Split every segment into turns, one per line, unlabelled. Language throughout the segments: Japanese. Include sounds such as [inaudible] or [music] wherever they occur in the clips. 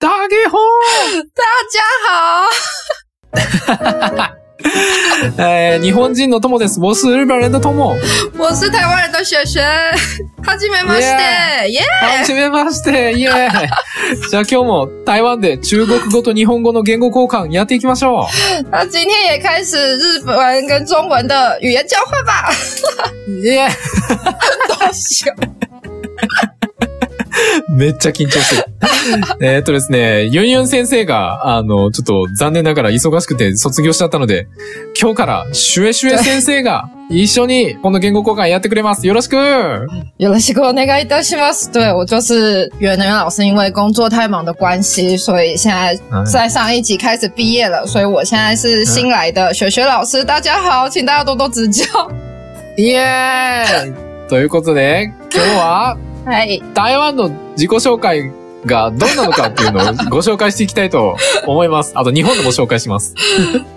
打给红。
大家好，
哎，日本人の友です。我是日本人的友。
我是台湾人的雪雪。はじめまして。耶、
はじめまして。イエーイ。じゃあ今日も台湾で中国語と日本語の言語交換やっていきましょ
那今天也开始日文跟中文的语言交换吧。
う。イエー
どうしよう。
イ。めっちゃ緊張する。えーっとですね、ユンユン先生が、あの、ちょっと残念ながら忙しくて卒業しちゃったので、今日からシュエシュエ先生が一緒にこの言語交換やってくれます。よろしく。
[laughs] 有了西哥，那个一到西马斯，对我就是袁能老师，因为工作太忙的关系，所以现在在上一集开始毕业了，所以我现在是新来的雪雪老师。大家好，请大家多多指教。
イエーイということで、今日は
嗨，
台湾の自己紹介がどんなのかっていうのをご紹介していきたいと思います。あ [laughs] と日本でも紹介します。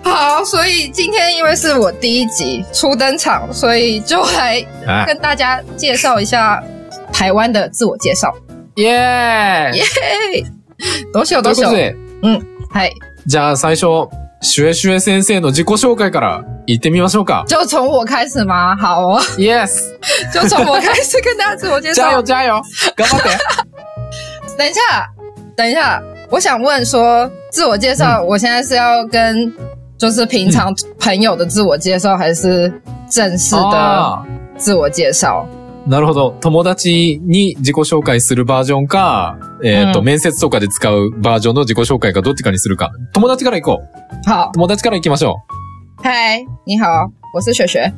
好，所以今天因为是我第一集初登场，所以就来
はい
跟大家介绍一下台湾的自我介绍。
イエーイ
多秀
という
多
こ
秀
と，で、
嗨，
じゃあ最初、シュエシュエ先生の自己紹介から行ってみましょうか。
就从我开始吗？好哦，
イエス
就从我开始跟大家自我介
じゃあ
绍
よ。じゃあよ頑 [laughs] 張って
等一下，等一下，我想问说，自我介绍，我现在是要跟就是平常朋友的自我介绍，还是正式的
あー
自我介绍？
なるほど。友達に自己紹介するバージョンか、えっ、と、
うん
面接とかで使うバージョンの自己紹介かどっちかにするか。友達から行こう。
好，
友達から行きましょう。 [laughs]
嗨，你好，我是雪雪，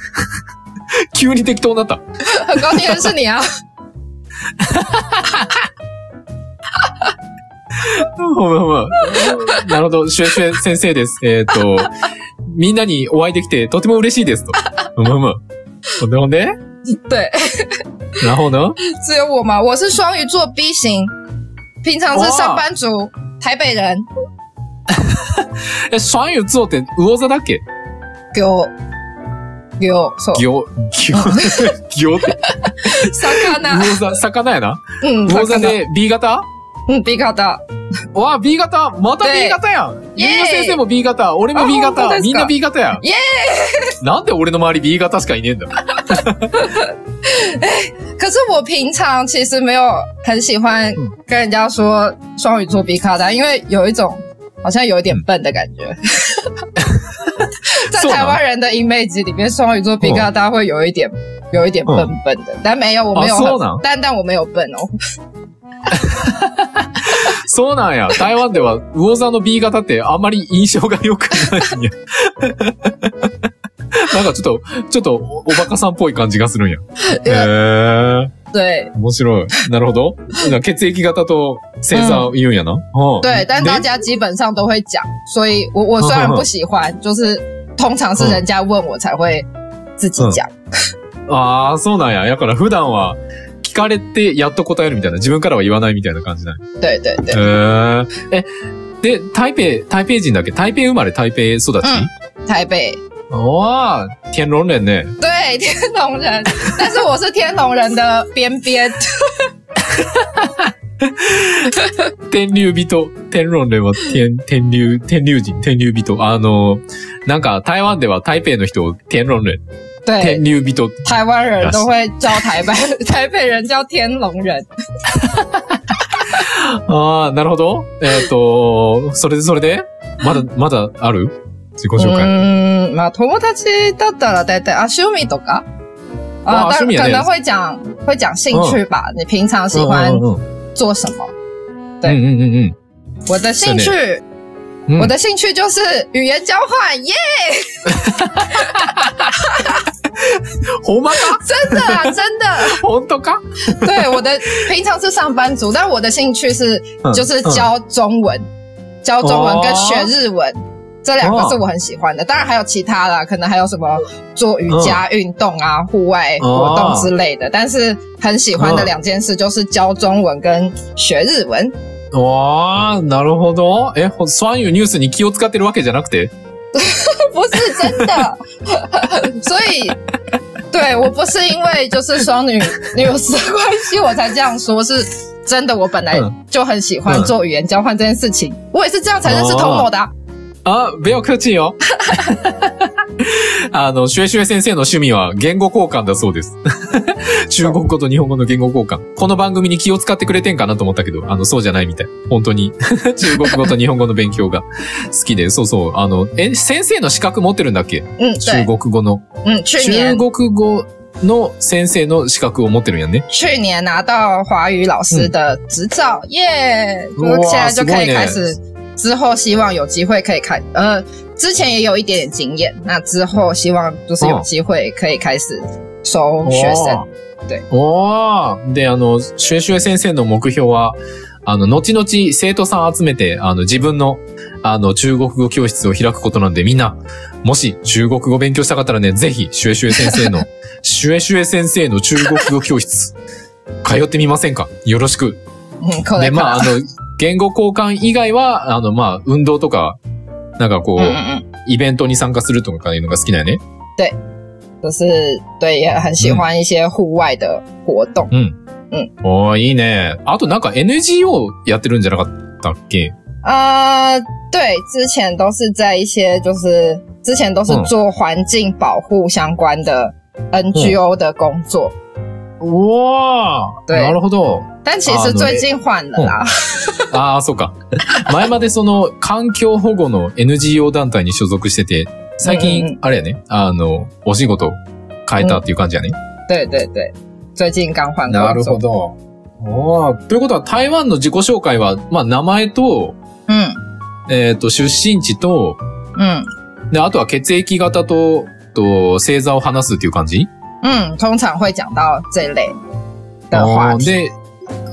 [laughs]
急に適当になった。
很高兴认识你啊。
ほんまほんま [laughs] なるほど、シュエシュエ先生です。えっ、
[laughs]
と、みんなにお会いできてとても嬉しいですと。ほんまほんまほんでほんで
对，
然后呢
只有我吗？我是双鱼座 B 型，平常是上班族，台北人。
え、双鱼座って魚座だっけ
给我，给我说，
魚、
[laughs]
魚、魚って。
萨卡
[laughs]
纳，
魚座、魚やな。
嗯，
魚座で B 型
嗯，比卡达，
わあ、B 型また B 型やん
イエ
ゆ
ーイ
うや先生も B 型、俺も B
あ本当で
型、
すか
みんな B 型やん
イエ
なんで俺の周り B 型しかいねえんだ
可是我平常其实没有很喜欢跟人家说双鱼座比卡达，因为有一种好像有一点笨的感觉。在
是吗
台湾人的 image 里面，双鱼座比卡达会有一点有一点笨笨的，但没有，我没有
哦是
很
吗，
但但我没有笨哦。
そうなんや。台湾では魚座の B 型ってあんまり印象が良くないんや。 [laughs] なんかちょっと、ちょっとおバカさんっぽい感じがするんや。へえ、
对
面白い。なるほど。なんか血液型と星座を言うんやな。うん
对，但大
で
家基本上都会讲，所以我我虽然不喜欢， [laughs] 就是通常
嗯
是人家问我才会自己讲。
ああ、そうなんや。だから普段は聞かれてやっと答えるみたいな。自分からは言わないみたいな感じなんや
对对对，
へえ。え、で、台北、台北人だっけ台北生まれ、台北育ち、
嗯台北
わあ、天龍連ね。
对，天龙人，但是我是天龙人的边边，
天竜人、天論では天、天竜、天竜人、天竜人。あの、なんか台湾では台北の人を天論で、
对
天，竜人。
台湾人都会叫台北 [laughs] 台北人叫天龙人，
ああ、なるほど。えっ、と、それでそれでま [laughs] だ、まだある自己紹介。
嗯，那友達だったら大体啊，趣味とか，
啊
但
趣味也嗯
可
对
能会讲会讲兴趣吧，你平常喜欢
うんうん
做什么？
うんうんうんうん
我的兴趣，
嗯
我的兴趣就是语言交换，耶、 [laughs]
ほんまか
真的
[laughs]
啊，真的。
ほんとか
对，我的平常是上班族，但我的兴趣是
嗯
就是教中文，教中文跟
哦
学日文。这两个是我很喜欢的，当然还有其他啦，可能还有什么做瑜伽、运动啊、户外活动之类的。但是很喜欢的两件事就是教中文跟学日文。
わあ、なるほど。え、ほスワンユーニュースに気を使ってるわけじゃなくて
不是真的， [laughs] 所以对我不是因为就是双女女有的关系我才这样说，是真的我本来
嗯
就很喜欢
嗯
做语言交换这件事情，我也是这样才认识 Tomo 的啊、
哦あ、不要客气よ。あの、シュエシュエ先生の趣味は言語交換だそうです。中国語と日本語の言語交換。この番組に気を使ってくれてんかなと思ったけど、あの、そうじゃないみたい。本当に。 [laughs] 中国語と日本語の勉強が好きで、そうそう。あの、え、先生の資格持ってるんだっけ
嗯，
中
对，
国語の。
嗯，去
中
年
国語の先生の資格を持ってるんやね。
去年拿到华语老师的执照，耶、我
嗯哇
现在就可以
すごいね
开始。之后希望有机会可以开，呃，之前也有一点点经验，那之后希望就是有
哦
机会可以开始收学生。对
おーで、あの、シュエシュエ先生の目標は、あの、後々生徒さん集めて、あの、自分の、あの、中国語教室を開くことなんで、みんな、もし中国語勉強したかったらね、ぜひ、シュエシュエ先生 [laughs] の、シュエシュエ先生の中国語教室、通ってみませんかよろしく。
嗯，可
で、
能可
まあ、
能
あの、言語交換以外は、あの、まあ、運動とか、なんかこう、
嗯嗯嗯，
イベントに参加するとかいうのが好きなんやね。
就是对，也很喜欢一些户外的活动。
おー、いいね。あとなんか NGO やってるんじゃなかったっけ
啊、对，之前都是在一些就是之前都是做环境保护相关的 NGO 的工作，
おー
对
なるほど。
但其实最近换了啦。
ああ、そう [laughs] か。前までその環境保護の NGO 団体に所属してて、最
うんう
近
ん、
あれやね、あの、お仕事変えたっていう感じやね。
对 [laughs] 对对，最近刚换工作。
ど。おーということは台湾の自己紹介は、まあ名前と、
嗯
えっ、と、出身地と、
嗯
で、あとは血液型と、と、星座を話すっていう感じ
嗯，通常会讲到这类的话
おー
题。
で、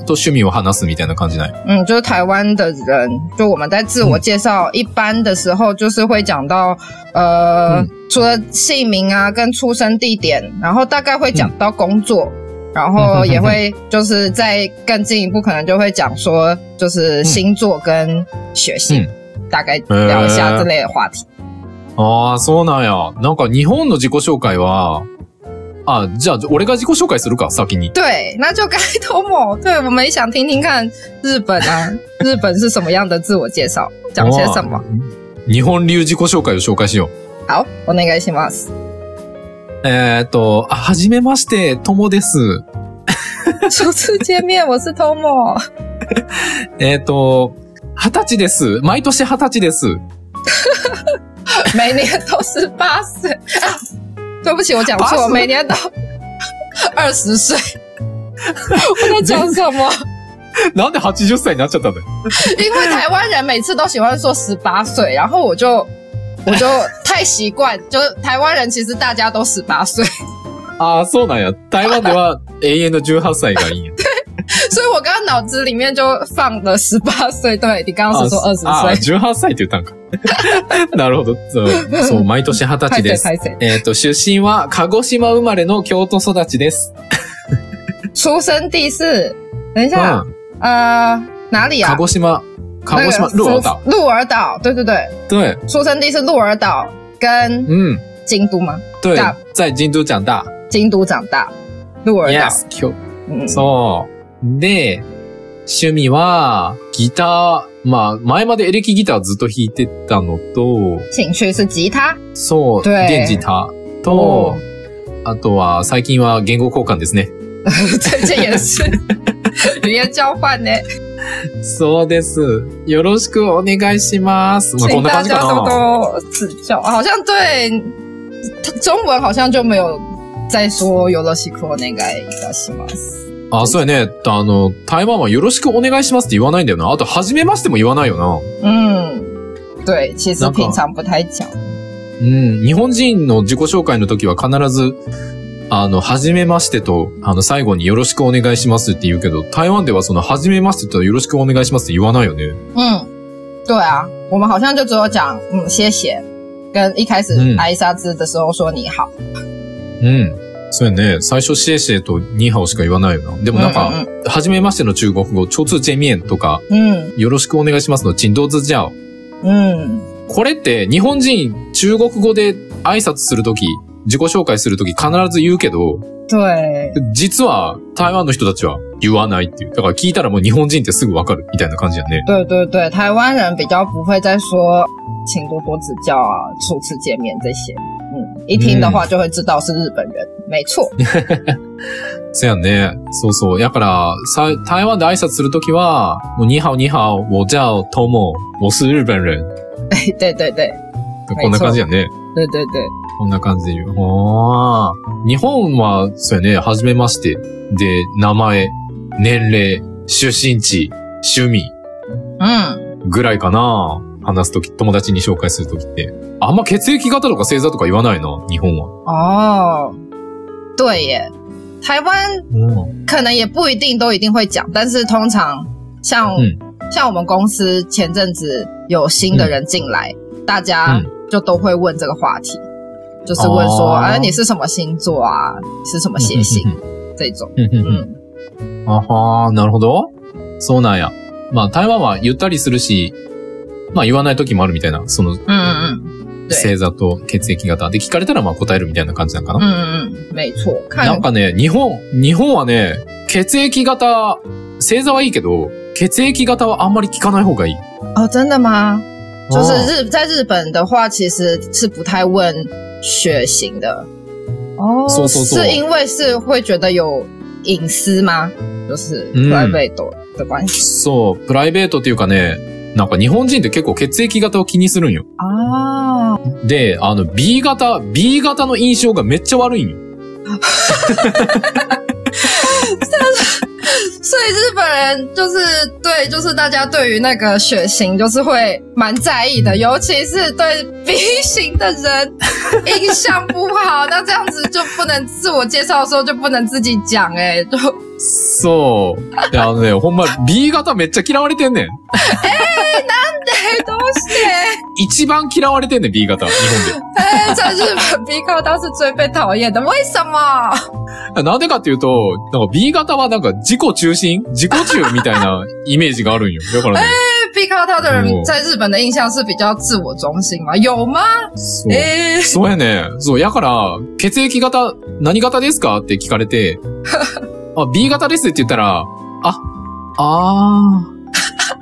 と趣味を話すみたいな感じない
嗯，就是台湾的人，就我们在自我介绍一般的时候，就是会讲到，呃，
嗯
除了姓名啊跟出生地点，然后大概会讲到工作，然后也会就是再更进一步，可能就会讲说就是星座跟学习，大概聊一下这类的话题。
ああ、そうなんや。なんか日本の自己紹介は、あ、じゃあ、俺が自己紹介するか、先に。
对，那就该多某，对我们也想听听看日本啊，日本是什么样的自我介绍，讲些什么。
日本流自己紹介を紹介しよう。
好，我那个します。
えー、っと、あ、はじめまして、ともです。
[laughs] 初次见面，我是 Tomo。
えー、っと、二十歳です。毎年二十歳です。
每年都是八岁 [laughs] 啊，对不起，我讲
八
错，
岁
每 [laughs] 年都二十岁。我在讲什么？
なんで80歳になっちゃったんだよ。
[laughs] 因为台湾人每次都喜欢说十八岁，然后我就我就太习惯， [laughs] 就是台湾人其实大家都十八岁， [laughs]
ああ、そうなんや。台湾では永遠の18歳がいいんや。
所以我刚刚脑子里面就放了十八岁。对你刚刚是说二
[laughs]
十
ああ、
岁，
18歳って言ったんか。 [laughs] なるほど。そう、そう毎年二十歳
拍
で
谁
す。
拍谁？
えー、っと、出身は鹿児島生まれの京都育ちです。
出生地是？等一下，呃，哪里啊？
鹿児島、鹿児島、
那个
鹿儿岛。
鹿儿岛，对对对，
对，
出生地是鹿儿岛跟
嗯，
京都吗？
对
大，
在京都长大。
京都长大，鹿儿岛，
Yes, Kyo-
嗯，
そう。で、趣味は、ギター、まあ、前までエレキギターずっと弾いてたのと、
兴趣是吉他， [laughs]
そう、
对
電ギターと、あとは、最近は言語交換ですね。
最近
[laughs]
也是语言交换呢，
そうです。よろしくお願いします。まあ、こ
请
んな
大
感じ
家
か
多
な。
多指教。好像对中文好像就没有再说有了西科那个叫什么，
あ、そうやね。あの、台湾はよろしくお願いしますって言わないんだよな。あと、はじめましても言わないよな。
嗯，对，其实
那个
平常不太讲，
うん、日本人の自己紹介の時は必ず、あの、はじめましてと、あの、最後によろしくお願いしますって言うけど、台湾ではその、はじめましてとよろしくお願いしますって言わないよね。
嗯，对啊，我们好像就只有讲嗯谢谢，跟一开始
嗯
挨沙子的时候说你好。
うん。そうやね。最初、シェシェとニーハオしか言わないよな。でもなんか、
うんうん
はじめましての中国語、超通チェミエンとか、
嗯
よろしくお願いしますの、チンドーズジャオ。
嗯
これって、日本人、中国語で挨拶するとき、自己紹介するとき必ず言うけど、
对，
実は台湾の人たちは言わないっていう。だから聞いたらもう日本人ってすぐわかるみたいな感じだね。
对对对，台湾人比较不会再说“请多多指教”啊，初次见面这些。嗯，一听的话就会知道是日本人，没错。
そうやね。そうそう。だから、さ台湾で挨拶するときは、もう、ニハオニハオ、我叫 Tomo, 我是日本人。
[laughs] 对对对
こんな感じやね。
对对对，
こんな感じで言う。あー日本は、そうやね、はじめまして。で、名前、年齢、出身地、趣味
嗯，
ぐらいかな。話すとき、友達に紹介するときって。あんま血液型とか星座とか言わないな、日本は。
哦，对耶，台湾
うん。
可能也不一定都一定会讲，但是通常像、
嗯
像我们公司前阵子有新的人进来，大家
嗯
就都会问这个话题，就是问说，
哦
哎、你是什么星座啊？你是什么血型？这种，
うんうんうん
嗯，
あはー、なるほど。そうなんや。まあ、台湾は言ったりするし、まあ言わない時もあるみたいな、その、
嗯嗯嗯对
星座と血液型で聞かれたらまあ答えるみたいな感じなのかな。
嗯嗯，没错，看
なんかね、日本、日本はね、血液型、星座はいいけど、血液型はあんまり聞かない方がいい。
哦，真的吗？就
あー
是日在日本的话，其实是不太问血型的。哦
说说说
是因为是会觉得有隐私吗？就是
嗯
private 的关系
そう、プライベートっていうかね、なんか日本人って結構血液型を気にするんよ。
啊。
で、あの、B 型、B 型の印象がめっちゃ悪いんよ。
所以日本人就是对，就是大家对于那个血型就是会蛮在意的，尤其是对 B 型的人印象不好，那这样子就不能自我介绍的时候就不能自己讲哎、就
そう。で、あのね、ほんま、B 型めっちゃ嫌われてんねん。
哎东西哎、
一番嫌われてんねん、B 型、日本
哎，在日本 B 高当是最被讨厌的， [laughs] 为什么？
で。なんでかっていうと、なんか B 型はなんか自己中心自己中みたいな [laughs] イメージがあるんよ。だからね。
因为 B 高他的人
哦
在日本的印象是比较自我中心嘛？有吗？
そう。
哎、
そうやね。そう、やから、血液型、何型ですかって聞かれて、あ、B 型ですって言ったら、あ、あー、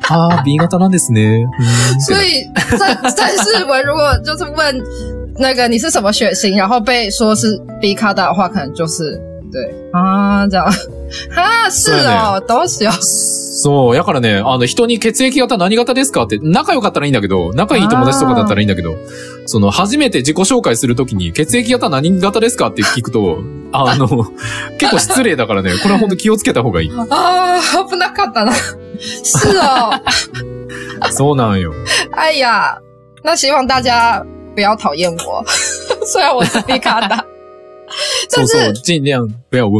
あー、B 型なんですね。うーん
所以在在日文如果就是问那个你是什么血型，然后被说是 B 高的话，可能就是对啊这样 [laughs] 啊是
对
哦
啊
都行
そう、やからね、あの、人に血液型何型ですかって、仲良かったらいいんだけど、仲いい友達とかだったらいいんだけど、その、初めて自己紹介するときに、血液型何型ですかって聞くと、あ [laughs] の、結構失礼だからね、これは本当気をつけた方がいい。
啊不那卡达了是哦
そうなん [laughs] よ。
哎呀那希望大家不要讨厌我， [laughs] 虽然我是 B 高的。
そうそ
但
う、尽量不要问。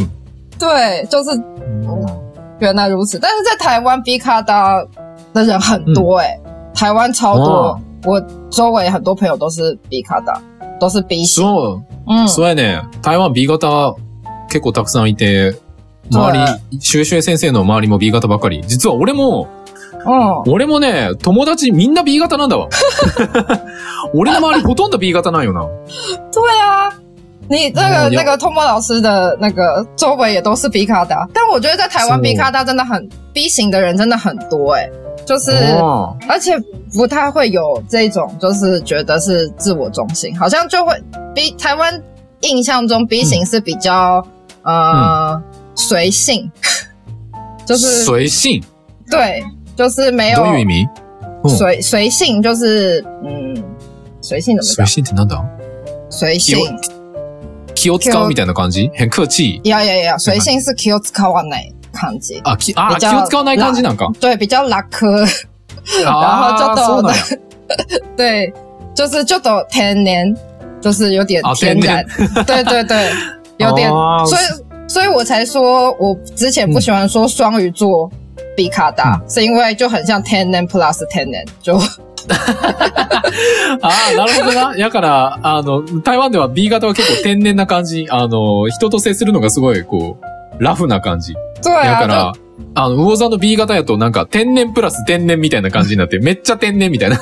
对，就是原来如此。但是在台湾 B 卡达的人很多哎、台湾超多
嗯哇，
我周围很多朋友都是 B 卡达，都是 B 型。
そう、
嗯，
そうやね。台湾 B 型結構たくさんいて、周り、シュエシュエ先生の周りも B 型ばかり。実は俺も、
嗯，
俺もね、友達みんな B 型なん
[laughs]
だわ。俺の周りほとんど B 型なんよな。
对啊。你那个、
哦有
那个托莫老师的那个周围也都是 B 卡达，但我觉得在台湾
是哦
B 卡达真的很 B 型的人真的很多哎、就是、
あ
而且不太会有这种，就是觉得是自我中心，好像就会比台湾印象中 B 型是比较、呃随性，就
あ
是
嗯随性
对，就是没有
どういう意味うん
随随性，就是嗯随性怎么
随
讲？
性ってなんだ
随性
有気を使うみたいな感じ変空気。
要要要，随性是 Q 使わない感じ，
あ、き、あ、
めち
気
ゃ
を使わない感じなんか。
对，比较拉科，
あ
[laughs] ちょっと
ーそうなんや。
对，就是就走天然，就是有点
啊
天然， [laughs] 对对对，有点
あー
所以，所以我才说我之前不喜欢说双鱼座比卡达，
嗯
是因为就很像 Tenon plus Tenon，就
[laughs] ああ、なるほど
[laughs]
な。やから、あの、台湾では B 型は結構天然な感じ。あの、人と接するのがすごい、こう、ラフな感じ。
对
や
啊，
から、あの、魚座の B 型やとなんか天然プラス天然みたいな感じになって、めっちゃ天然みたいな。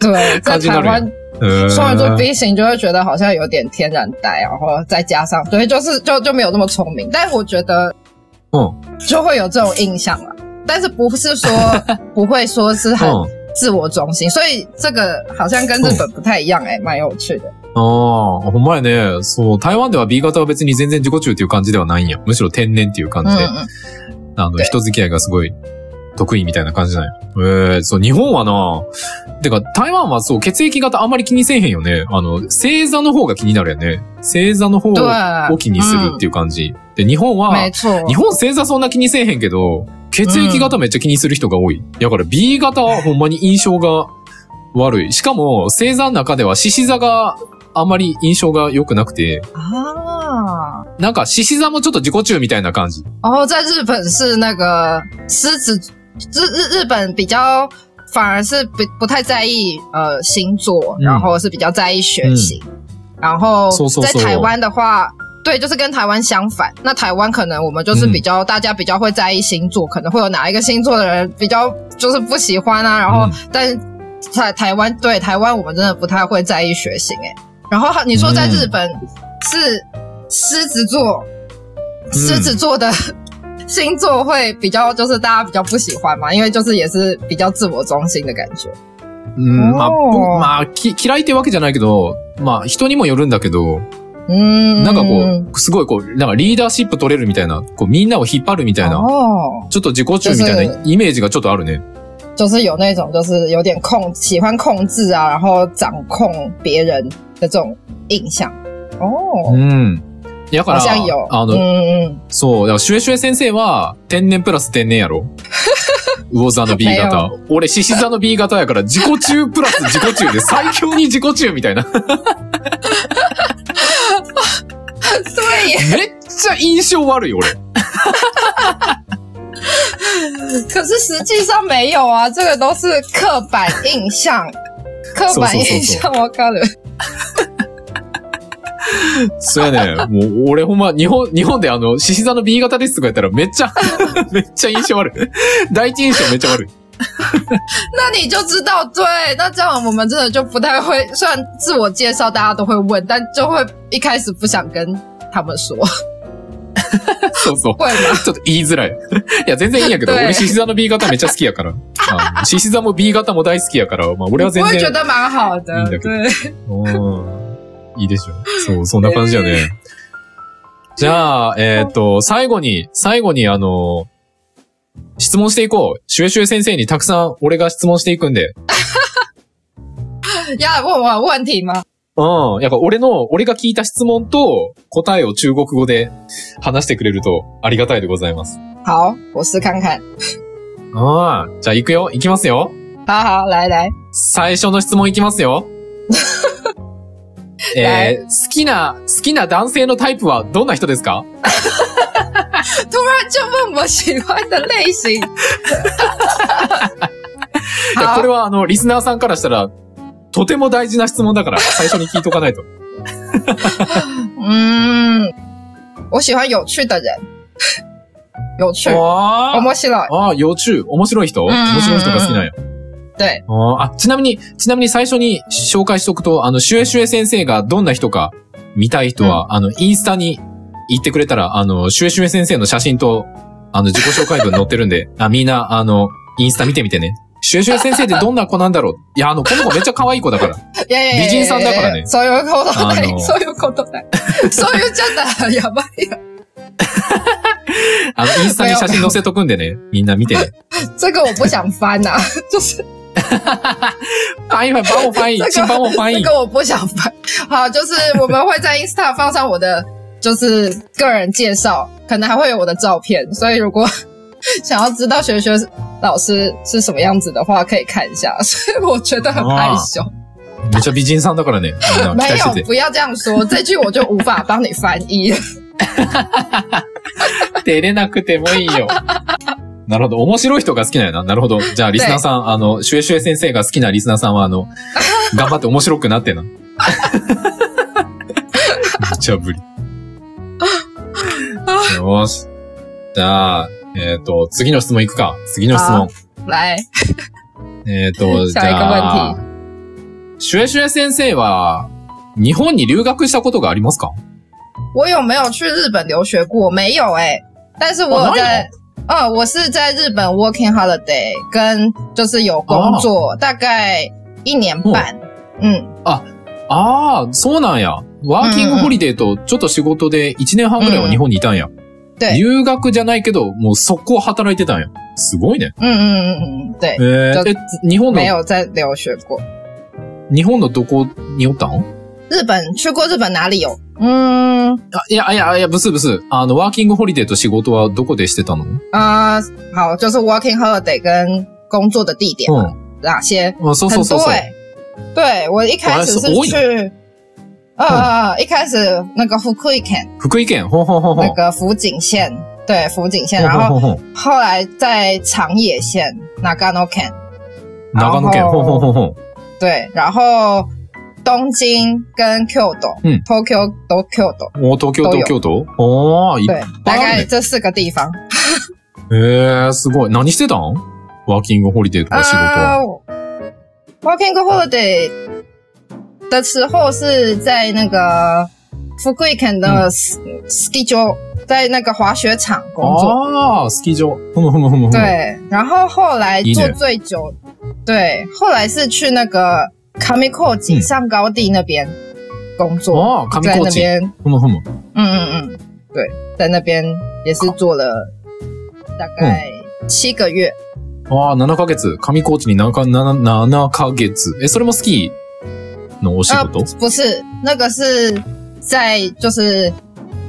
就对，在
[laughs] 靠近
台
那里
湾
呃 [laughs]
双鱼座 B 型就会觉得好像有点天然呆，然后再加上对，就是就就没有那么聪明，但我觉得
嗯
就会有这种印象了。但是不
[laughs]
是说不会说是很
嗯
自我中心，所以这个好像跟日本不太一样哎、蛮有趣的。
ああ、ほんまやね。そう、台湾では B 型は別に全然自己中っていう感じではないんや。むしろ天然っていう感
嗯
じで、
嗯，
あの、
で
人付き合いがすごい得意みたいな感じなんや。ええそう、日本はな、てか、台湾はそう、血液型あんまり気にせえへんよね。あの、星座の方が気になるよね。星座の方
对，
を気にするっていう感じ。で、日本は、
没错。
日本星座そんな気にせえへんけど、血液型めっちゃ気にする人が多い。だから B 型はほんまに印象が悪い。しかも、星座の中では獅子座があんまり印象が良くなくて、
啊，
なんか獅子座もちょっと自己中みたいな感じ。
然后哦在日本是那个狮子，日日日本比较反而是不不太在意呃星座，
嗯
然后是比较在意学习，然后
嗖嗖嗖
在台湾的话。对，就是跟台湾相反。那台湾可能我们就是
嗯
比较、大家比较会在意星座，可能会有哪一个星座的人比较就是不喜欢啊。然后，
嗯
但是在台湾对台湾我们真的不太会在意学型哎、然后你说在日本是狮子座，狮子座的星座会比较就是大家比较不喜欢嘛，因为就是也是比较自我中心的感觉。
うん、まあ、
おー
ぼまあ、き嫌いってわけじゃないけど、まあ、人にもよるんだけど、
嗯，
なんかこう、すごいこう、なんかリーダーシップ取れるみたいな、こう、みんなを引っ張るみたいな、
哦，
ちょっと自己中みたい
で
なイメージがちょっとあるね。
就是有那种就是有点控，喜欢控制啊，然后掌控别人的这种印象。哦
う，ん。だか
好
ら、
像有，
あの、
嗯嗯
そう。だから、シュエシュエ先生は、天然プラス天然や
[laughs]
ろ。魚座の B
だ
型
よ。
俺、獅子座の B 型やから、自己中プラス自己中で最強に自己中みたいな。
嗯，对耶。
めっちゃ印象悪い、俺。
可是实际上没有啊，这个都是刻板印象，刻板印象。我靠的，
そうやね。もう、俺ほんま、日本、日本であの、獅子座の B 型ですとかやったら、めっちゃ、 [laughs] めっちゃ印象悪い。第一印象めっちゃ悪い。
那你就知道，对，那这样我们真的就不太会，虽然自我介绍大家都会问，但就会一开始不想跟他们说，
そうそう。
会吗？
[laughs] ちょっと言いづらい。いや、全然いいんやけど、
对
俺、獅子座の B 型めっちゃ好きやから。あの獅子座も B 型も大好きやから、まあ、俺は
[laughs] 我
全
会觉
然。
得蛮好的
いいん，だけど
嗯对，
うんいいでしょ。そう、そんな感じやね。じゃあ、えーっと、最後に、最後にあの、質問していこう。シュエシュエ先生にたくさん俺が質問していくんで。
[laughs] 要问我问题吗？
うん。やっぱ俺の、俺が聞いた質問と答えを中国語で話してくれるとありがたいでございます。
好，我试看看。
ああ。じゃあ行くよ。行きますよ。
好好，来来，
最初の質問いきますよ。えー、好きな、好きな男性のタイプはどんな人ですか
突然就问我喜欢的类型， [laughs]
いや、
好
これはあの、リスナーさんからしたら、とても大事な質問だから、最初に聞いとかないと。
嗯，我喜欢有趣的人，有趣，
わー
面白い。
ああ、幼虫。面白い人
んうんうん
面白い人が好きなんや。
对，
あーあ、ちなみに、ちなみに最初に紹介しとくと、あの、シュエシュエ先生がどんな人か見たい人は、あの、インスタに行ってくれたら、あの、シュエシュエ先生の写真と、あの、自己紹介文載ってるんで、 [laughs] あみんな、あの、インスタ見てみてね。シュエシュエ先生ってどんな子なんだろういや、あの、この子めっちゃ可愛い子だから。
いやいやいや
美人さんだからね
そういうことな
あの
い。そういうことない。
[laughs]
そういうちゃったらやばいよ。
あの、インスタに写真載せとくんでね、みんな見てね。
这个我不想翻啊呐、就是
翻译翻译，帮我翻译
这，个
[laughs] 请帮我翻
这
译。
个我不想翻。好，就是我们会在 Insta 放上我的就是个人介绍，可能还会有我的照片，所以如果想要知道学学老师是什么样子的话，可以看一下。所以我觉得很害羞。
めっちゃ美人さんだからね。みんな
没
哦期待して
有，
て。
不要这样说，这句我就无法帮你翻译了。
照れなくてもいいよ。なるほど。面白い人が好きなんやな。なるほど。じゃあ、リスナーさん、あの、シュエシュエ先生が好きなリスナーさんは、あの、頑張って面白くなってな。めっちゃぶり。よし。じゃあ、えっ、と、次の質問いくか。次の質問。
来，
えっ、と、じ
下一
ゃあ、シュエシュエ先生は、日本に留学したことがありますか
我有没有去日本留学过？没有哎、但是
哦
我有在，嗯，我是在日本 working holiday，跟就是有工作，
哦
大概一年半。嗯，
ああ、そうなんや。ワーキングホリデーとちょっと仕事で1年半ぐらいは日本にいたんや。
对，
留学じゃないけど、もう速攻働いてたんや。すごいね。
嗯嗯嗯嗯，对
え，ー、
ちょ
え、日本の
没、有在留学过。
日本のどこにおったん
日本去过日本哪里有？嗯
あいや、いや、いや、ブスブス。あの、ワーキングホリデーと仕事はどこでしてたのう
啊、好，就是 working holiday 跟工作的地点嘛
ん。
哪些？
あそうそう
很
そう
多
そう。
哎、对我一开始
我还
是
是我
去，呃呃，呃一开始那个福库伊肯
福井県。ほんほんほんほ
那
ん。
个福井县，对福井县，
ほん
然
ほん
后
ほんほん。
后来在长野县 Nagano Ken，
長野県。
然
ほ
后
んほんほんほん。
对，然后东京跟 Kyoto，
嗯
，Tokyo 都 Kyoto，
お東京、
どう
東
よ
京都おー、いっ
对，
ぱ
大
いあ
概
るね。
这四个地方。
えー、すごい。何してたんワーキングホリデーとか仕事は。
啊、w a l k i n g Holiday 的时候是在那个福贵肯的 s- ski 州，在那个滑雪场工作。
あー、スキー場。ふむふむふむふむ。
对，然后后来
嗯一
做
年
最久，对，后来是去那个 Kamiko
嗯
井
哦
上高地那边工作，
あー、上
在
高
那
地。
边，
ふむふむ。
嗯嗯嗯，对，在那边也是做了大概
嗯
七个月。
ああ、7ヶ月。上高地に7か、7、7ヶ月。え、それもスキーのお仕
啊，
事
不是，那个是在就是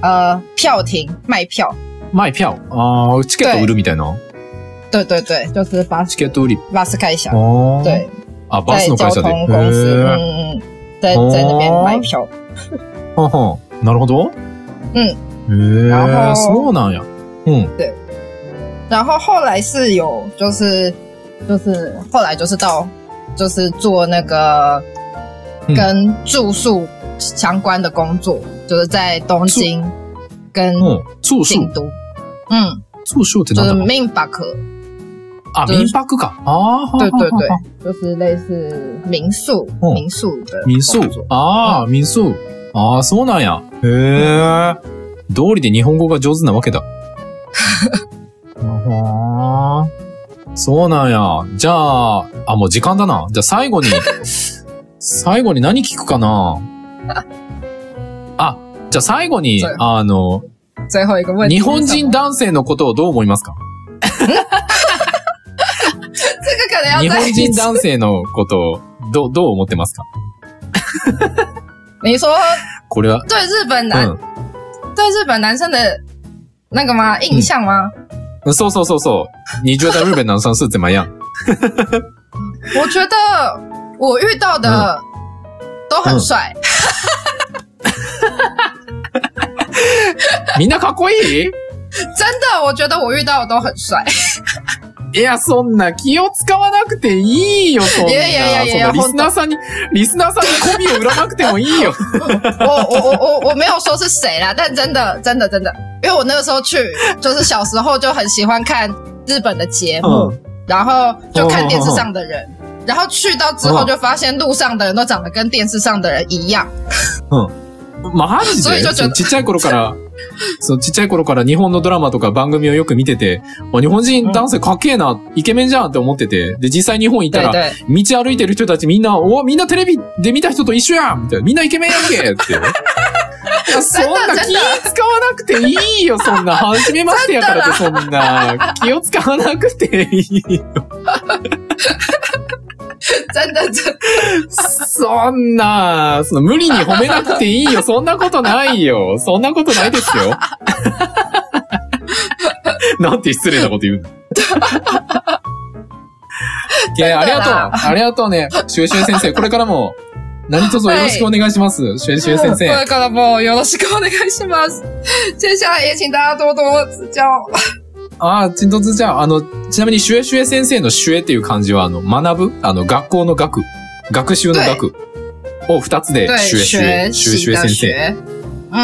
呃票亭卖票，
卖票。ああ、チケット売るみたいな。
对对对，就是巴
チケット売り。
巴士开销
あ，あ。
对，
あ、バ
在
スの
交
会社で。
通公司，
へ
嗯
え。
嗯，嗯在在那
哦
边卖票，
はんはんなるほど。うん。へ
然
え、
後
そうなんや。うん。
然后后来是有就是就是后来就是到就是做那个
嗯
跟住宿相关的工作，就是在东京跟
うん。哦住宿。
京都，嗯，
住宿って
就
なん
是
だろう
min b a k
あ、
就是
民泊か。ああ、
对对对
はんはんはんはん。，
就是类似民宿、
嗯
民宿的
民宿
工作。
ああ、民宿。ああ、そうなんや。へえ。通りで日本語が上手なわけだ。 [laughs] あはーそうなんや。じゃあ、あ、もう時間だな。じゃあ最 [laughs] 後に、最後に何聞くか [laughs] な。あ、じゃあ最後に
そう、
あの、
最后一个问题，
日本人男性のことをどう思いますか
这个可能
日
要再
本
一
人
次。
男性のことをどう、どう思ってますか
你说
これは、
对日本男、
う
对日本男生的那个
嗯
吗？印象吗？
ん。そうそうそうそう。你觉得日本男生是怎么样
我觉得我遇到的
嗯
都很帅，
みんなかっこいい
真的，我觉得我遇到的都很帅。
いや、そんな気を使わなくていいよ、そんな。
いやいやいやいや
そんなリスナーさんに、リスナーさんにコミを売らなくてもい
[laughs]
いよ。
我我我我我没有说是谁啦，但真的真的真的，因为我那个时候去，就是小时候就很喜欢看日本的节目。
うん。
然后就看电视上的
哦
人，然后去到之
嗯
后就发现路上的人都长得跟电视上的人一样，
マジ
それ
で
ち
そ
ょっと
うちっちゃい頃から、そう、ちっちゃい頃から日本のドラマとか番組をよく見てて、あ日本人男性かっけえな、イケメンじゃんって思ってて、で、実際日本行った
对
ら、
对
道歩いてる人たちみんな、おみんなテレビで見た人と一緒やんみたいな、みんなイケメンやんけって。いやそんな気使わなくていいよ、そんな。初めましてやからって、そんな。気を使わなくていい。
真的真的
そんな、その無理に褒めなくていいよ。そんなことないよ。そんなことないですよ。 [laughs] なんて失礼なこと言うの。いやいや、ありがとう。ありがとうね。シュエシュエ先生、これからも何卒よろしくお願いします。シュエシュエ先生。
对，高老伯，有ろしくお願いします。接下来也请大家多多指教。
ああ、ちんとつじゃあ、あの、ちなみにシュエシュエ先生のシュエっていう漢字は、あの、学ぶあの、学校の学。学習の学。を二つで
对，
シュエシュエ。
学
シュエシ
习
ュエ先
的
啊生。
学，嗯，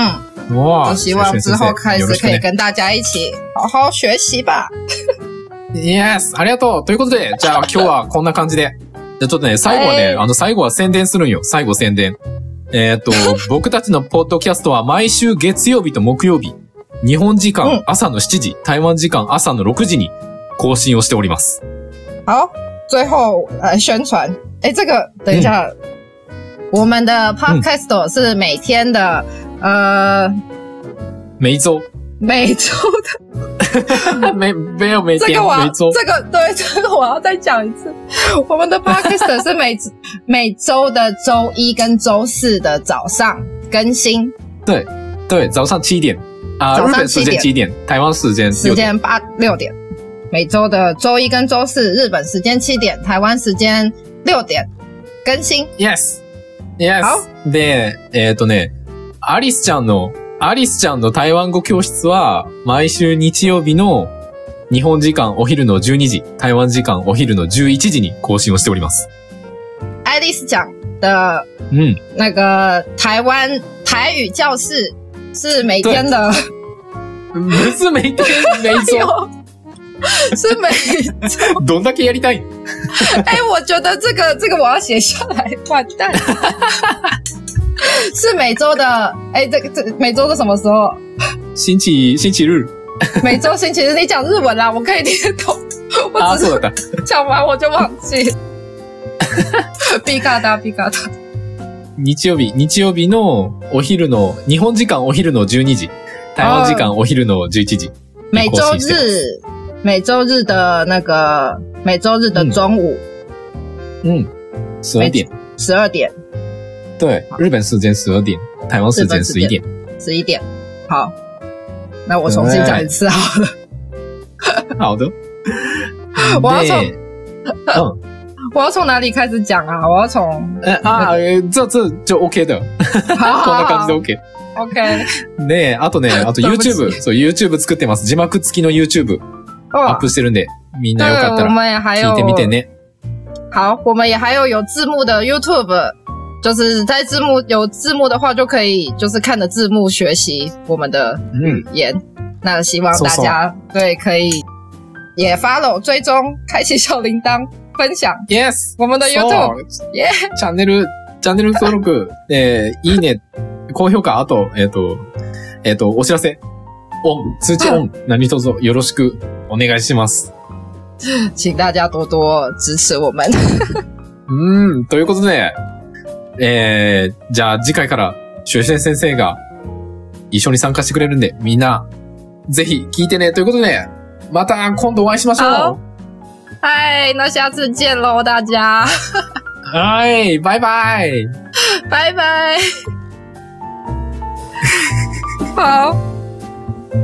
わ
我
あ
希望之后开始可以跟大家一起好好学习吧。
Yes! ありがとうということで、じゃあ今日はこんな感じででちょっとね、最後はね、
はい
あの、最後は宣伝するんよ。最後宣伝。えーっ
[laughs]
と、僕たちのポッドキャストは毎週月曜日と木曜日、日本時
う
間
ん
朝の7時、台湾時間朝の6時に更新をしております。
好，最后来宣传。哎，这个等一下，我们的 podcast 哦是每天的、呃
每一周，
[laughs] 每周的，
没没有每
这
天
个我要
每周，
这个对 [laughs] 这个我要再讲一次，我们的 podcast 是每 [laughs] 每周的周一跟周四的早上更新，
对，早上七点啊、
早上
日本时间七
7
点，台湾时间
时
六点。
间八六点，每周的周一跟周四日本时间七点，台湾时间六点更新。
Yes, yes。
好
で、えっ、とね、アリスちゃんの、アリスちゃんの台湾語教室は、毎週日曜日の日本時間お昼の12時、台湾時間お昼の11時に更新をしております。
爱丽丝讲的
うん。
那个台湾台语教室是每天的，
むずめいて、めいぞ。
[laughs] 是每
[laughs] どんだけやりたい
哎、我觉得这个这个我要写下来， [laughs] 完蛋，是每周的哎、这个这每周的什么时候？
新地、新地ルール。
每周星期日。你讲日文啦，我可以听得懂，
あ、
我只
そう
是
だった。
讲完我就忘记。 [laughs] 逼嘎哒逼嘎哒，
日曜日、日曜日のお昼の、日本時間お昼の12時、台湾時間お昼の11時。
每周日每周日的那个每周日的中午
嗯うん。十二点。
十二点
对，日本时间十二点，台湾时间十一点。
十一点，好，那我重新讲一次啊
哎
好了。
好 [laughs] 的。
我要
で
从我要从哪里开始讲啊？我要从
[laughs] えあえ这这就 OK 的，
好
[laughs] こん
好
な感
好
じ [laughs] で
OK，
OK。で、あと [laughs] ね、あと
どうもです
YouTube、そう YouTube 作ってます。字幕付きの YouTube ア
哦
ップしてるんで、みんなよ
对
かった
我
ら
们也还有
聞いてみてね。
好，我们也还有有字幕的 YouTube，就是在字幕有字幕的话，就可以就是看着字幕学习我们的
うん。
语言。那希望
搜
大
嗯搜啊
家对可以也 follow 追踪，开启小铃铛，分享
Yes。
我们的 YouTube。Yeah
[laughs] チャンネルチャンネル登録、 [laughs] えーいいね、高評価、あとえっとえっとお知らせ、オン通知オン何卒よろしくお願いします。
请大家多多支持我们。 [laughs]
うーん、ということで、えー、じゃあ次回から、修正先生が一緒に参加してくれるんで、みんな、ぜひ聞いてね。ということで、また今度お会いしましょ
嗨，那下次见喽，大家， [laughs]
う。はい、バイバイ。[laughs]
拜拜。好。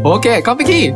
OK、完璧